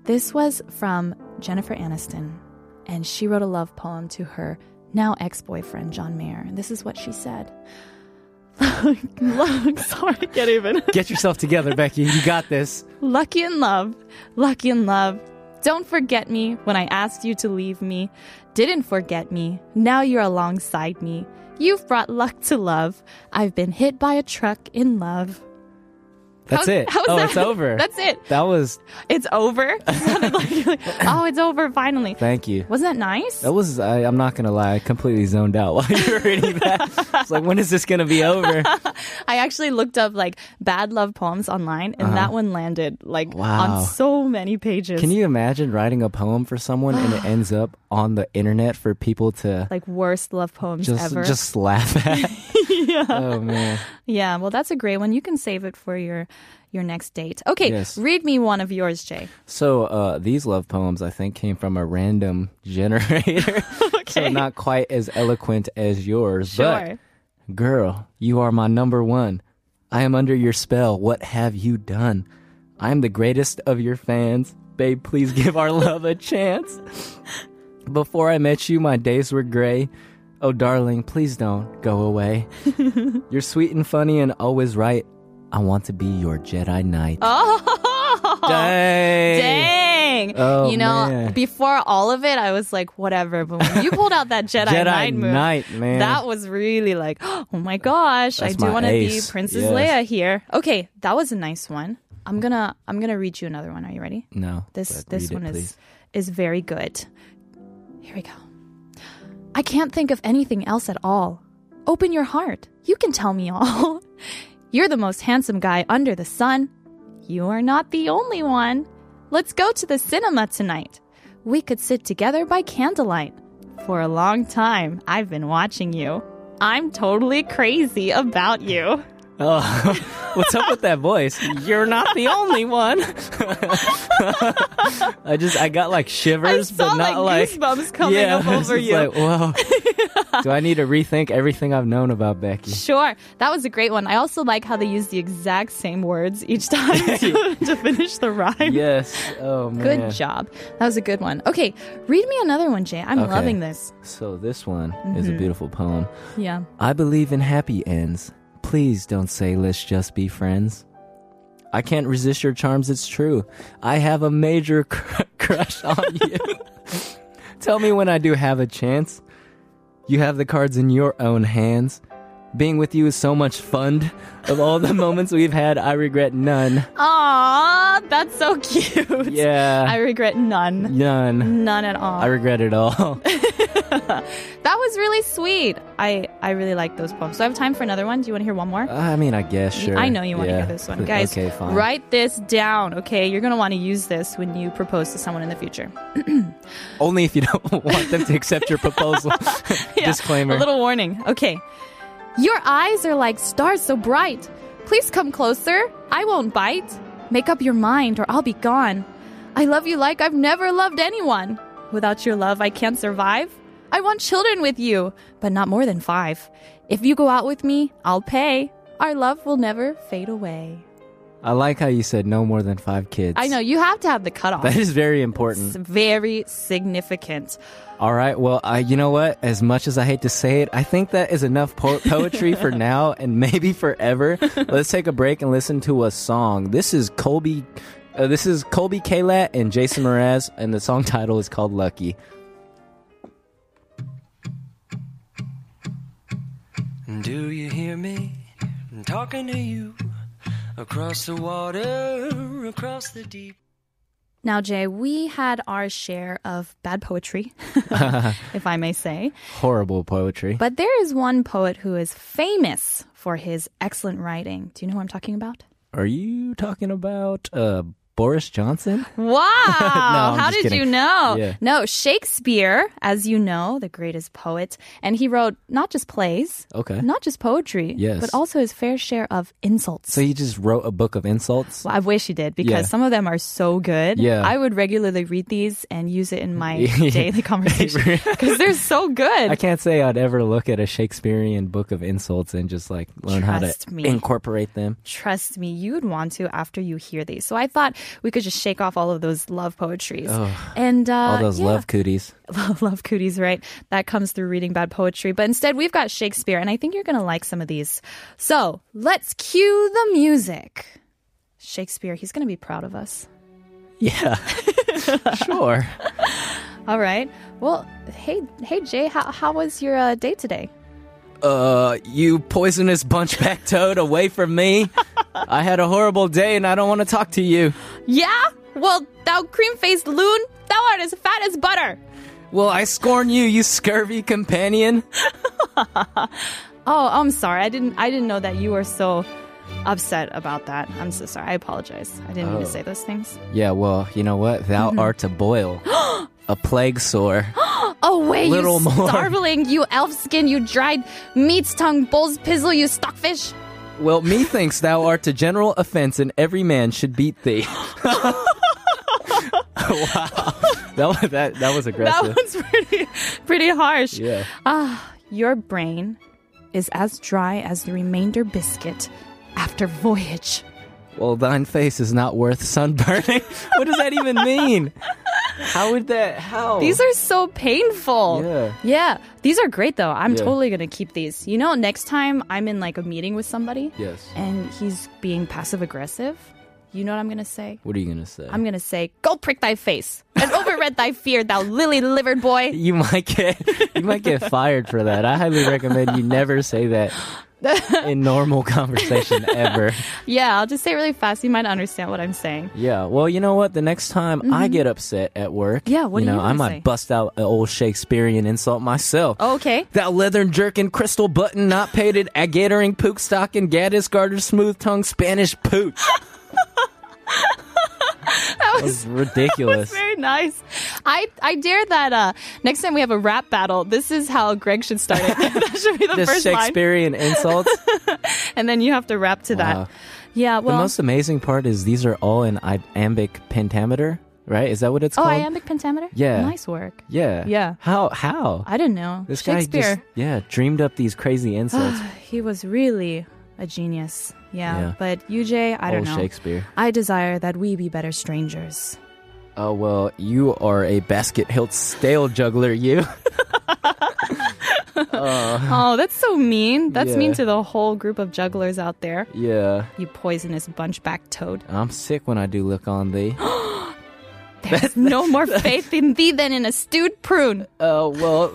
[SPEAKER 1] This was from Jennifer Aniston, and she wrote a love poem to her now ex boyfriend, John Mayer. And this is what she said. [LAUGHS] Look, look, [LAUGHS] sorry, get even. [LAUGHS]
[SPEAKER 2] Get yourself together, Becky. You got this.
[SPEAKER 1] Lucky in love, lucky in love. Don't forget me when I asked you to leave me. Didn't forget me. Now you're alongside me. You've brought luck to love. I've been hit by a truck in love.
[SPEAKER 2] That's
[SPEAKER 1] How-
[SPEAKER 2] it.
[SPEAKER 1] how's
[SPEAKER 2] oh,
[SPEAKER 1] that?
[SPEAKER 2] it's over.
[SPEAKER 1] [LAUGHS] That's it.
[SPEAKER 2] That was.
[SPEAKER 1] It's over. [LAUGHS] It sounded
[SPEAKER 2] [LAUGHS]
[SPEAKER 1] like- oh, it's over finally.
[SPEAKER 2] Thank you.
[SPEAKER 1] Wasn't that nice?
[SPEAKER 2] That was. I, I'm not gonna lie. I completely zoned out [LAUGHS] while you were reading that. It's like, when is this gonna be
[SPEAKER 1] [LAUGHS]
[SPEAKER 2] over?
[SPEAKER 1] I actually looked up like bad love poems online, and that one landed like
[SPEAKER 2] Uh-huh. Wow.
[SPEAKER 1] on so many pages.
[SPEAKER 2] Can you imagine writing a poem for someone and
[SPEAKER 1] [GASPS]
[SPEAKER 2] it ends up on the internet for people to
[SPEAKER 1] like worst love poems
[SPEAKER 2] just
[SPEAKER 1] ever?
[SPEAKER 2] just laugh at?
[SPEAKER 1] [LAUGHS]
[SPEAKER 2] Oh man.
[SPEAKER 1] Yeah, well, that's a great one. You can save it for your your next date. Okay,
[SPEAKER 2] Yes.
[SPEAKER 1] read me one of yours, Jay.
[SPEAKER 2] So uh, these love poems, I think, came from a random generator. [LAUGHS]
[SPEAKER 1] Okay. [LAUGHS]
[SPEAKER 2] So not quite as eloquent as yours.
[SPEAKER 1] sure.
[SPEAKER 2] But girl, you are my number one. I am under your spell. What have you done? I am the greatest of your fans. Babe, please give our [LAUGHS] love a chance. Before I met you, my days were gray. Oh, darling, please don't go
[SPEAKER 1] [LAUGHS]
[SPEAKER 2] away. You're sweet and funny and always right. I want to be your Jedi Knight.
[SPEAKER 1] Oh, [LAUGHS]
[SPEAKER 2] Dang.
[SPEAKER 1] dang.
[SPEAKER 2] Oh,
[SPEAKER 1] you know,
[SPEAKER 2] man.
[SPEAKER 1] before all of it, I was like, whatever. But when you pulled
[SPEAKER 2] [LAUGHS]
[SPEAKER 1] out that Jedi,
[SPEAKER 2] Jedi
[SPEAKER 1] Knight move,
[SPEAKER 2] Knight, man.
[SPEAKER 1] that was really like, [GASPS] oh my gosh, I
[SPEAKER 2] That's
[SPEAKER 1] do
[SPEAKER 2] my
[SPEAKER 1] want to be
[SPEAKER 2] ace.
[SPEAKER 1] Princess
[SPEAKER 2] Yes.
[SPEAKER 1] Leia here. Okay, that was a nice one. I'm gonna I'm gonna read you another one. Are you ready?
[SPEAKER 2] no.
[SPEAKER 1] This
[SPEAKER 2] but
[SPEAKER 1] this
[SPEAKER 2] read it,
[SPEAKER 1] one
[SPEAKER 2] please.
[SPEAKER 1] is is very good. Here we go. I can't think of anything else at all. Open your heart. You can tell me all. [LAUGHS] You're the most handsome guy under the sun. You are not the only one. Let's go to the cinema tonight. We could sit together by candlelight. For a long time, I've been watching you. I'm totally crazy about you.
[SPEAKER 2] Oh, [LAUGHS] What's up with that voice? You're not the only one. [LAUGHS] I just I got like shivers,
[SPEAKER 1] I saw
[SPEAKER 2] but not
[SPEAKER 1] like
[SPEAKER 2] like
[SPEAKER 1] goosebumps coming
[SPEAKER 2] yeah, [LAUGHS]
[SPEAKER 1] up
[SPEAKER 2] I was
[SPEAKER 1] over
[SPEAKER 2] just
[SPEAKER 1] you.
[SPEAKER 2] Like, whoa. Do I need to rethink everything I've known about
[SPEAKER 1] [LAUGHS]
[SPEAKER 2] Becky?
[SPEAKER 1] Sure. That was a great one. I also like how they use the exact same words each [LAUGHS] time to, to finish the rhyme.
[SPEAKER 2] Yes. Oh man.
[SPEAKER 1] Good job. That was a good one. Okay, read me another one, Jay. I'm
[SPEAKER 2] Okay.
[SPEAKER 1] loving this.
[SPEAKER 2] So this one is
[SPEAKER 1] Mm-hmm.
[SPEAKER 2] a beautiful poem.
[SPEAKER 1] Yeah.
[SPEAKER 2] I believe in happy ends. Please don't say let's just be friends. I can't resist your charms, it's true. I have a major [LAUGHS] cr- crush on you. [LAUGHS] Tell me when I do have a chance. You have the cards in your own hands. Being with you is so much fun. [LAUGHS] Of all the moments we've had, I regret
[SPEAKER 1] [LAUGHS]
[SPEAKER 2] none.
[SPEAKER 1] Aw, that's so [LAUGHS] cute. I
[SPEAKER 2] Yeah.
[SPEAKER 1] regret none.
[SPEAKER 2] none.
[SPEAKER 1] None at all.
[SPEAKER 2] I regret it
[SPEAKER 1] [LAUGHS]
[SPEAKER 2] all.
[SPEAKER 1] that was really sweet. I, I really like those poems. So I have time for another one. Do you want to hear one more?
[SPEAKER 2] I mean, I guess, Uh, sure.
[SPEAKER 1] I know you want to
[SPEAKER 2] Yeah.
[SPEAKER 1] hear this one. Guys,
[SPEAKER 2] [LAUGHS] okay, fine.
[SPEAKER 1] write this down, okay? You're going to want to use this when you propose to someone in the future.
[SPEAKER 2] Only if you don't [LAUGHS] want them to accept your proposal.
[SPEAKER 1] [LAUGHS] Yeah,
[SPEAKER 2] Disclaimer.
[SPEAKER 1] A little warning. Okay. Your eyes are like stars so bright. Please come closer. I won't bite. Make up your mind or I'll be gone. I love you like I've never loved anyone. Without your love, I can't survive. I want children with you, but not more than five. If you go out with me, I'll pay. Our love will never fade away.
[SPEAKER 2] I like how you said no more than five kids.
[SPEAKER 1] I know, you have to have the cutoff.
[SPEAKER 2] That is very
[SPEAKER 1] It's
[SPEAKER 2] important.
[SPEAKER 1] very significant.
[SPEAKER 2] All right. Well, I, you know what? As much as I hate to say it, I think that is enough
[SPEAKER 1] [LAUGHS]
[SPEAKER 2] po- poetry for now and maybe forever. Let's take a break and listen to a song. This is Colby. Uh, this is Colby Kalat and Jason Mraz, and the song title is called Lucky.
[SPEAKER 5] Do you hear me talking to you across the water, across the deep?
[SPEAKER 1] Now, Jay, we had our share of
[SPEAKER 2] [LAUGHS]
[SPEAKER 1] bad poetry, [LAUGHS] if I may say.
[SPEAKER 2] Horrible poetry.
[SPEAKER 1] But there is one poet who is famous for his excellent writing. Do you know who I'm talking about?
[SPEAKER 2] Are you talking about uh, Boris Johnson?
[SPEAKER 1] [LAUGHS]
[SPEAKER 2] [LAUGHS]
[SPEAKER 1] Wow!
[SPEAKER 2] I'm
[SPEAKER 1] How
[SPEAKER 2] just
[SPEAKER 1] did
[SPEAKER 2] kidding.
[SPEAKER 1] you know?
[SPEAKER 2] Yeah.
[SPEAKER 1] No, Shakespeare, as you know, the greatest poet, and he wrote not just plays,
[SPEAKER 2] Okay.
[SPEAKER 1] not just poetry,
[SPEAKER 2] Yes.
[SPEAKER 1] but also his fair share of insults.
[SPEAKER 2] So he just wrote a book of insults.
[SPEAKER 1] Well, I wish you did because
[SPEAKER 2] Yeah.
[SPEAKER 1] some of them are so good.
[SPEAKER 2] Yeah.
[SPEAKER 1] I would regularly read these and use it in my
[SPEAKER 2] [LAUGHS] Yeah.
[SPEAKER 1] daily conversation because they're so good.
[SPEAKER 2] I can't say I'd ever look at a Shakespearean book of insults and just like learn
[SPEAKER 1] Trust
[SPEAKER 2] how to
[SPEAKER 1] me.
[SPEAKER 2] incorporate them.
[SPEAKER 1] Trust me, you'd want to after you hear these. So I thought we could just shake off all of those love poetries and uh,
[SPEAKER 2] All those
[SPEAKER 1] yeah.
[SPEAKER 2] love cooties.
[SPEAKER 1] [LAUGHS] love cooties, right? That comes through reading bad poetry. But instead, we've got Shakespeare, and I think you're going to like some of these. So let's cue the music. Shakespeare, he's going to be proud of us. [LAUGHS]
[SPEAKER 2] Yeah. sure.
[SPEAKER 1] All right. Well, hey, hey, Jay, how, how was your uh, day today?
[SPEAKER 2] Uh, you poisonous bunchback toad, away from me. I had a horrible day and I don't want to talk to you.
[SPEAKER 1] Yeah. Well, thou cream-faced loon, thou art as fat as butter.
[SPEAKER 2] Well, I scorn you, you scurvy companion.
[SPEAKER 1] Oh, I'm sorry. I didn't. I didn't know that you were so upset about that. I'm so sorry. I apologize. I didn't
[SPEAKER 2] Oh.
[SPEAKER 1] mean to say those things.
[SPEAKER 2] Yeah, well, you know what? Thou
[SPEAKER 1] Mm-hmm.
[SPEAKER 2] art a
[SPEAKER 1] [GASPS]
[SPEAKER 2] boil, a plague sore.
[SPEAKER 1] Oh wait,
[SPEAKER 2] Little
[SPEAKER 1] you
[SPEAKER 2] more.
[SPEAKER 1] starveling, you elf skin, you dried meat's tongue, bull's pizzle, you stockfish.
[SPEAKER 2] Well, methinks thou art a general offense, and every man should beat thee. [LAUGHS] wow, that was, that that was aggressive.
[SPEAKER 1] That one's pretty, pretty harsh.
[SPEAKER 2] yeah.
[SPEAKER 1] Your brain is as dry as the remainder biscuit after voyage.
[SPEAKER 2] Well, thine face is not worth sunburning. [LAUGHS] what does that even mean? How would that? How?
[SPEAKER 1] These are so painful.
[SPEAKER 2] Yeah.
[SPEAKER 1] Yeah. These are great though. I'm
[SPEAKER 2] Yeah.
[SPEAKER 1] totally gonna keep these. You know, next time I'm in like a meeting with somebody.
[SPEAKER 2] Yes.
[SPEAKER 1] and he's being passive aggressive, you know what I'm gonna say?
[SPEAKER 2] What are you gonna say?
[SPEAKER 1] I'm gonna say, "Go prick thy face and overread thy fear, thou lily-livered boy."
[SPEAKER 2] you might get you might get fired for that. I highly recommend you never say that
[SPEAKER 1] [LAUGHS]
[SPEAKER 2] in normal conversation ever.
[SPEAKER 1] Yeah, I'll just say it really fast. You might not understand what I'm saying.
[SPEAKER 2] Yeah. Well, you know what? The next time I get upset at work,
[SPEAKER 1] Mm-hmm. Yeah, what
[SPEAKER 2] you
[SPEAKER 1] do you
[SPEAKER 2] know, I
[SPEAKER 1] gonna
[SPEAKER 2] might
[SPEAKER 1] say? Oh.
[SPEAKER 2] bust out an old Shakespearean insult myself.
[SPEAKER 1] Okay.
[SPEAKER 2] That leathern jerkin, crystal button, not painted, a gathering pook stocking, gaddis garter, smooth tongue, Spanish
[SPEAKER 1] [LAUGHS]
[SPEAKER 2] pooch. that was
[SPEAKER 1] [LAUGHS]
[SPEAKER 2] ridiculous.
[SPEAKER 1] Very nice. I I dare that. Uh, next time we have a rap battle, this is how Greg should start it. [LAUGHS] that should be the
[SPEAKER 2] Just
[SPEAKER 1] first line, [LAUGHS]
[SPEAKER 2] Shakespearean insults.
[SPEAKER 1] and then you have to rap to that.
[SPEAKER 2] Wow.
[SPEAKER 1] Yeah, well,
[SPEAKER 2] the most amazing part is these are all in iambic pentameter, right? Is that what it's
[SPEAKER 1] oh,
[SPEAKER 2] called?
[SPEAKER 1] iambic pentameter.
[SPEAKER 2] Yeah.
[SPEAKER 1] nice work.
[SPEAKER 2] Yeah.
[SPEAKER 1] Yeah.
[SPEAKER 2] How? How?
[SPEAKER 1] I didn't know
[SPEAKER 2] this guy just
[SPEAKER 1] Shakespeare.
[SPEAKER 2] yeah dreamed up these crazy insults.
[SPEAKER 1] he was really a genius. Yeah,
[SPEAKER 2] Yeah.
[SPEAKER 1] but UJ, [SIGHS] I don't
[SPEAKER 2] Old
[SPEAKER 1] know.
[SPEAKER 2] Shakespeare.
[SPEAKER 1] I desire that we be
[SPEAKER 2] [LAUGHS]
[SPEAKER 1] better strangers.
[SPEAKER 2] Oh well, you are a basket hilt stale juggler. You. [LAUGHS]
[SPEAKER 1] Oh, that's so mean. That's
[SPEAKER 2] Yeah.
[SPEAKER 1] mean to the whole group of jugglers out there.
[SPEAKER 2] yeah.
[SPEAKER 1] You poisonous bunchback
[SPEAKER 2] [LAUGHS]
[SPEAKER 1] toad.
[SPEAKER 2] I'm sick when I do look on thee. [GASPS]
[SPEAKER 1] There's no
[SPEAKER 2] [LAUGHS]
[SPEAKER 1] more faith in thee than in a stewed prune.
[SPEAKER 2] Oh
[SPEAKER 1] [LAUGHS]
[SPEAKER 2] well.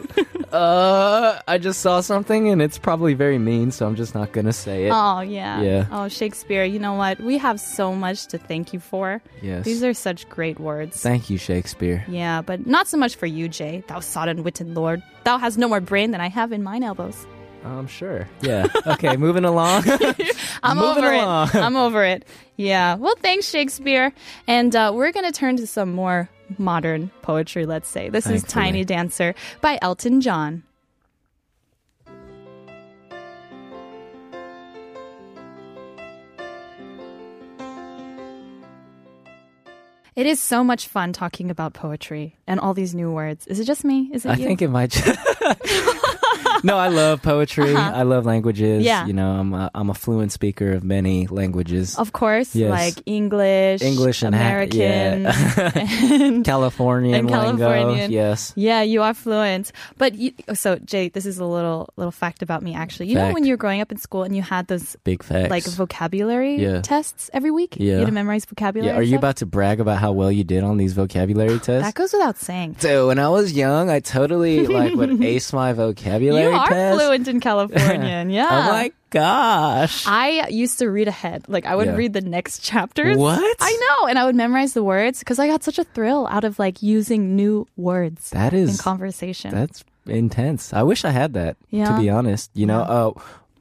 [SPEAKER 2] uh, I just saw something and it's probably very mean, so I'm just not gonna say it.
[SPEAKER 1] Oh, yeah.
[SPEAKER 2] Yeah.
[SPEAKER 1] Oh, Shakespeare, you know what? We have so much to thank you for.
[SPEAKER 2] Yes.
[SPEAKER 1] These are such great words.
[SPEAKER 2] Thank you, Shakespeare.
[SPEAKER 1] yeah, but not so much for you, Jay. Thou sodden-witted lord. Thou hast no more brain than I have in mine elbows.
[SPEAKER 2] I'm sure. Yeah. Okay, moving along.
[SPEAKER 1] [LAUGHS] I'm
[SPEAKER 2] Moving
[SPEAKER 1] over
[SPEAKER 2] along.
[SPEAKER 1] it. I'm over it. Yeah. Well, thanks, Shakespeare. And uh, we're going to turn to some more modern poetry, let's say. This is
[SPEAKER 2] Thankfully.
[SPEAKER 1] Tiny Dancer by Elton John. It is so much fun talking about poetry and all these new words. Is it just me? Is it
[SPEAKER 2] I
[SPEAKER 1] you?
[SPEAKER 2] think it might. ju- [LAUGHS] no, I love poetry. I love languages.
[SPEAKER 1] Uh-huh. Yeah. Oh.
[SPEAKER 2] You know, I'm a, I'm a fluent speaker of many languages.
[SPEAKER 1] of course,
[SPEAKER 2] Yes.
[SPEAKER 1] like English,
[SPEAKER 2] English and ha-
[SPEAKER 1] American,
[SPEAKER 2] yeah. [LAUGHS]
[SPEAKER 1] and
[SPEAKER 2] Californian
[SPEAKER 1] and
[SPEAKER 2] lingo.
[SPEAKER 1] Californian.
[SPEAKER 2] Yes.
[SPEAKER 1] Yeah, you are fluent. But you, so, Jay, this is a little little fact about me. Actually, you know
[SPEAKER 2] Fact.
[SPEAKER 1] when you were growing up in school and you had those
[SPEAKER 2] Big facts.
[SPEAKER 1] like vocabulary
[SPEAKER 2] Yeah.
[SPEAKER 1] tests every week.
[SPEAKER 2] Yeah.
[SPEAKER 1] you had to memorize vocabulary.
[SPEAKER 2] yeah.
[SPEAKER 1] and
[SPEAKER 2] Are you about
[SPEAKER 1] stuff?
[SPEAKER 2] to brag about how well you did on these vocabulary tests?
[SPEAKER 1] [SIGHS] That goes without saying.
[SPEAKER 2] so when I was young, I totally like
[SPEAKER 1] [LAUGHS]
[SPEAKER 2] would ace my vocabulary
[SPEAKER 1] you are
[SPEAKER 2] test.
[SPEAKER 1] fluent
[SPEAKER 2] [LAUGHS]
[SPEAKER 1] in Californian. Yeah.
[SPEAKER 2] Oh my gosh.
[SPEAKER 1] I used to read ahead. Like I would
[SPEAKER 2] Yeah.
[SPEAKER 1] read the next [LAUGHS] chapters.
[SPEAKER 2] What?
[SPEAKER 1] I know, and I would memorize the words because I got such a thrill out of like using new words
[SPEAKER 2] that
[SPEAKER 1] in
[SPEAKER 2] is
[SPEAKER 1] conversation.
[SPEAKER 2] That's intense. I wish I had that.
[SPEAKER 1] Yeah.
[SPEAKER 2] To be honest, you know, uh,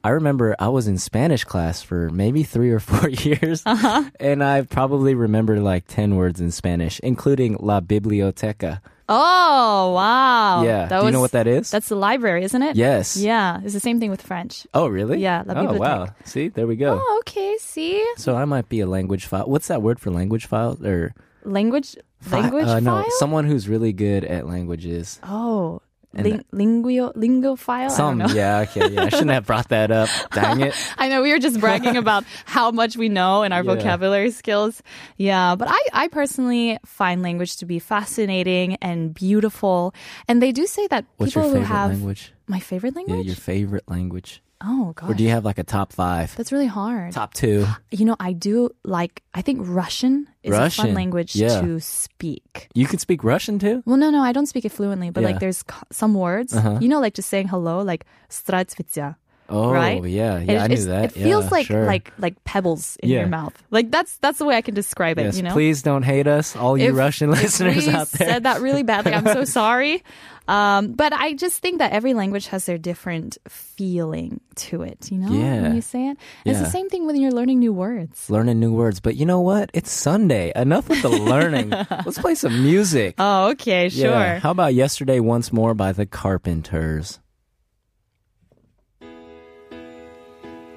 [SPEAKER 2] I remember I was in Spanish class for maybe three or [LAUGHS] four years,
[SPEAKER 1] Uh-huh.
[SPEAKER 2] and I probably remember like ten words in Spanish, including la biblioteca.
[SPEAKER 1] oh wow!
[SPEAKER 2] yeah.
[SPEAKER 1] That
[SPEAKER 2] Do
[SPEAKER 1] was,
[SPEAKER 2] you know what that is?
[SPEAKER 1] That's the library, isn't it?
[SPEAKER 2] yes.
[SPEAKER 1] Yeah, it's the same thing with French.
[SPEAKER 2] Oh, really?
[SPEAKER 1] Yeah, la
[SPEAKER 2] oh, wow.
[SPEAKER 1] biblioteca.
[SPEAKER 2] See, there we go.
[SPEAKER 1] Oh, okay. See,
[SPEAKER 2] So I might be a language file. What's that word for language file or
[SPEAKER 1] language,
[SPEAKER 2] fi-
[SPEAKER 1] language
[SPEAKER 2] uh, no,
[SPEAKER 1] file.
[SPEAKER 2] someone who's really good at languages.
[SPEAKER 1] oh,
[SPEAKER 2] And
[SPEAKER 1] ling- linguo, lingo file.
[SPEAKER 2] Some,
[SPEAKER 1] I don't know.
[SPEAKER 2] yeah, okay, yeah. I shouldn't have brought that up. Dang it.
[SPEAKER 1] [LAUGHS] I know we were just bragging
[SPEAKER 2] [LAUGHS]
[SPEAKER 1] about how much we know and our
[SPEAKER 2] Yeah.
[SPEAKER 1] vocabulary skills. Yeah, but I, I personally find language to be fascinating and beautiful. And they do say that
[SPEAKER 2] What's
[SPEAKER 1] people
[SPEAKER 2] your favorite
[SPEAKER 1] who have
[SPEAKER 2] language?
[SPEAKER 1] my favorite
[SPEAKER 2] Yeah,
[SPEAKER 1] language.
[SPEAKER 2] your favorite language.
[SPEAKER 1] oh
[SPEAKER 2] Or
[SPEAKER 1] gosh,
[SPEAKER 2] do you have like a top five?
[SPEAKER 1] that's really hard.
[SPEAKER 2] top two.
[SPEAKER 1] You know, I do like. I think Russian is a
[SPEAKER 2] Russian,
[SPEAKER 1] fun language
[SPEAKER 2] yeah.
[SPEAKER 1] to speak.
[SPEAKER 2] You can speak Russian too?
[SPEAKER 1] Well, no, no, I don't speak it fluently, but like
[SPEAKER 2] Yeah. Uh-huh.
[SPEAKER 1] there's co- some words, you know, like just saying hello, like "здравствуйте,"
[SPEAKER 2] Oh,
[SPEAKER 1] right?
[SPEAKER 2] yeah.
[SPEAKER 1] And
[SPEAKER 2] Yeah, I
[SPEAKER 1] it-
[SPEAKER 2] knew
[SPEAKER 1] it's-
[SPEAKER 2] that.
[SPEAKER 1] It feels
[SPEAKER 2] Yeah,
[SPEAKER 1] like
[SPEAKER 2] sure.
[SPEAKER 1] like like pebbles in your
[SPEAKER 2] Yeah.
[SPEAKER 1] mouth. Like that's that's the way I can describe
[SPEAKER 2] yes,
[SPEAKER 1] it. You know,
[SPEAKER 2] please don't hate us, all you
[SPEAKER 1] If-
[SPEAKER 2] Russian
[SPEAKER 1] if
[SPEAKER 2] listeners
[SPEAKER 1] we
[SPEAKER 2] out there.
[SPEAKER 1] said that really badly. I'm
[SPEAKER 2] [LAUGHS]
[SPEAKER 1] so sorry. Um, but I just think that every language has their different feeling to it. You know,
[SPEAKER 2] Yeah.
[SPEAKER 1] when you say it, And it's the
[SPEAKER 2] Yeah.
[SPEAKER 1] same thing when you're learning new words.
[SPEAKER 2] Learning new words, but you know what? It's Sunday. Enough with the
[SPEAKER 1] [LAUGHS]
[SPEAKER 2] learning. Let's play some music.
[SPEAKER 1] Oh, okay, sure.
[SPEAKER 2] Yeah. How about yesterday once more by the Carpenters?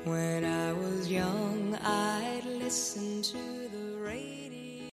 [SPEAKER 6] When I was young, I'd listen to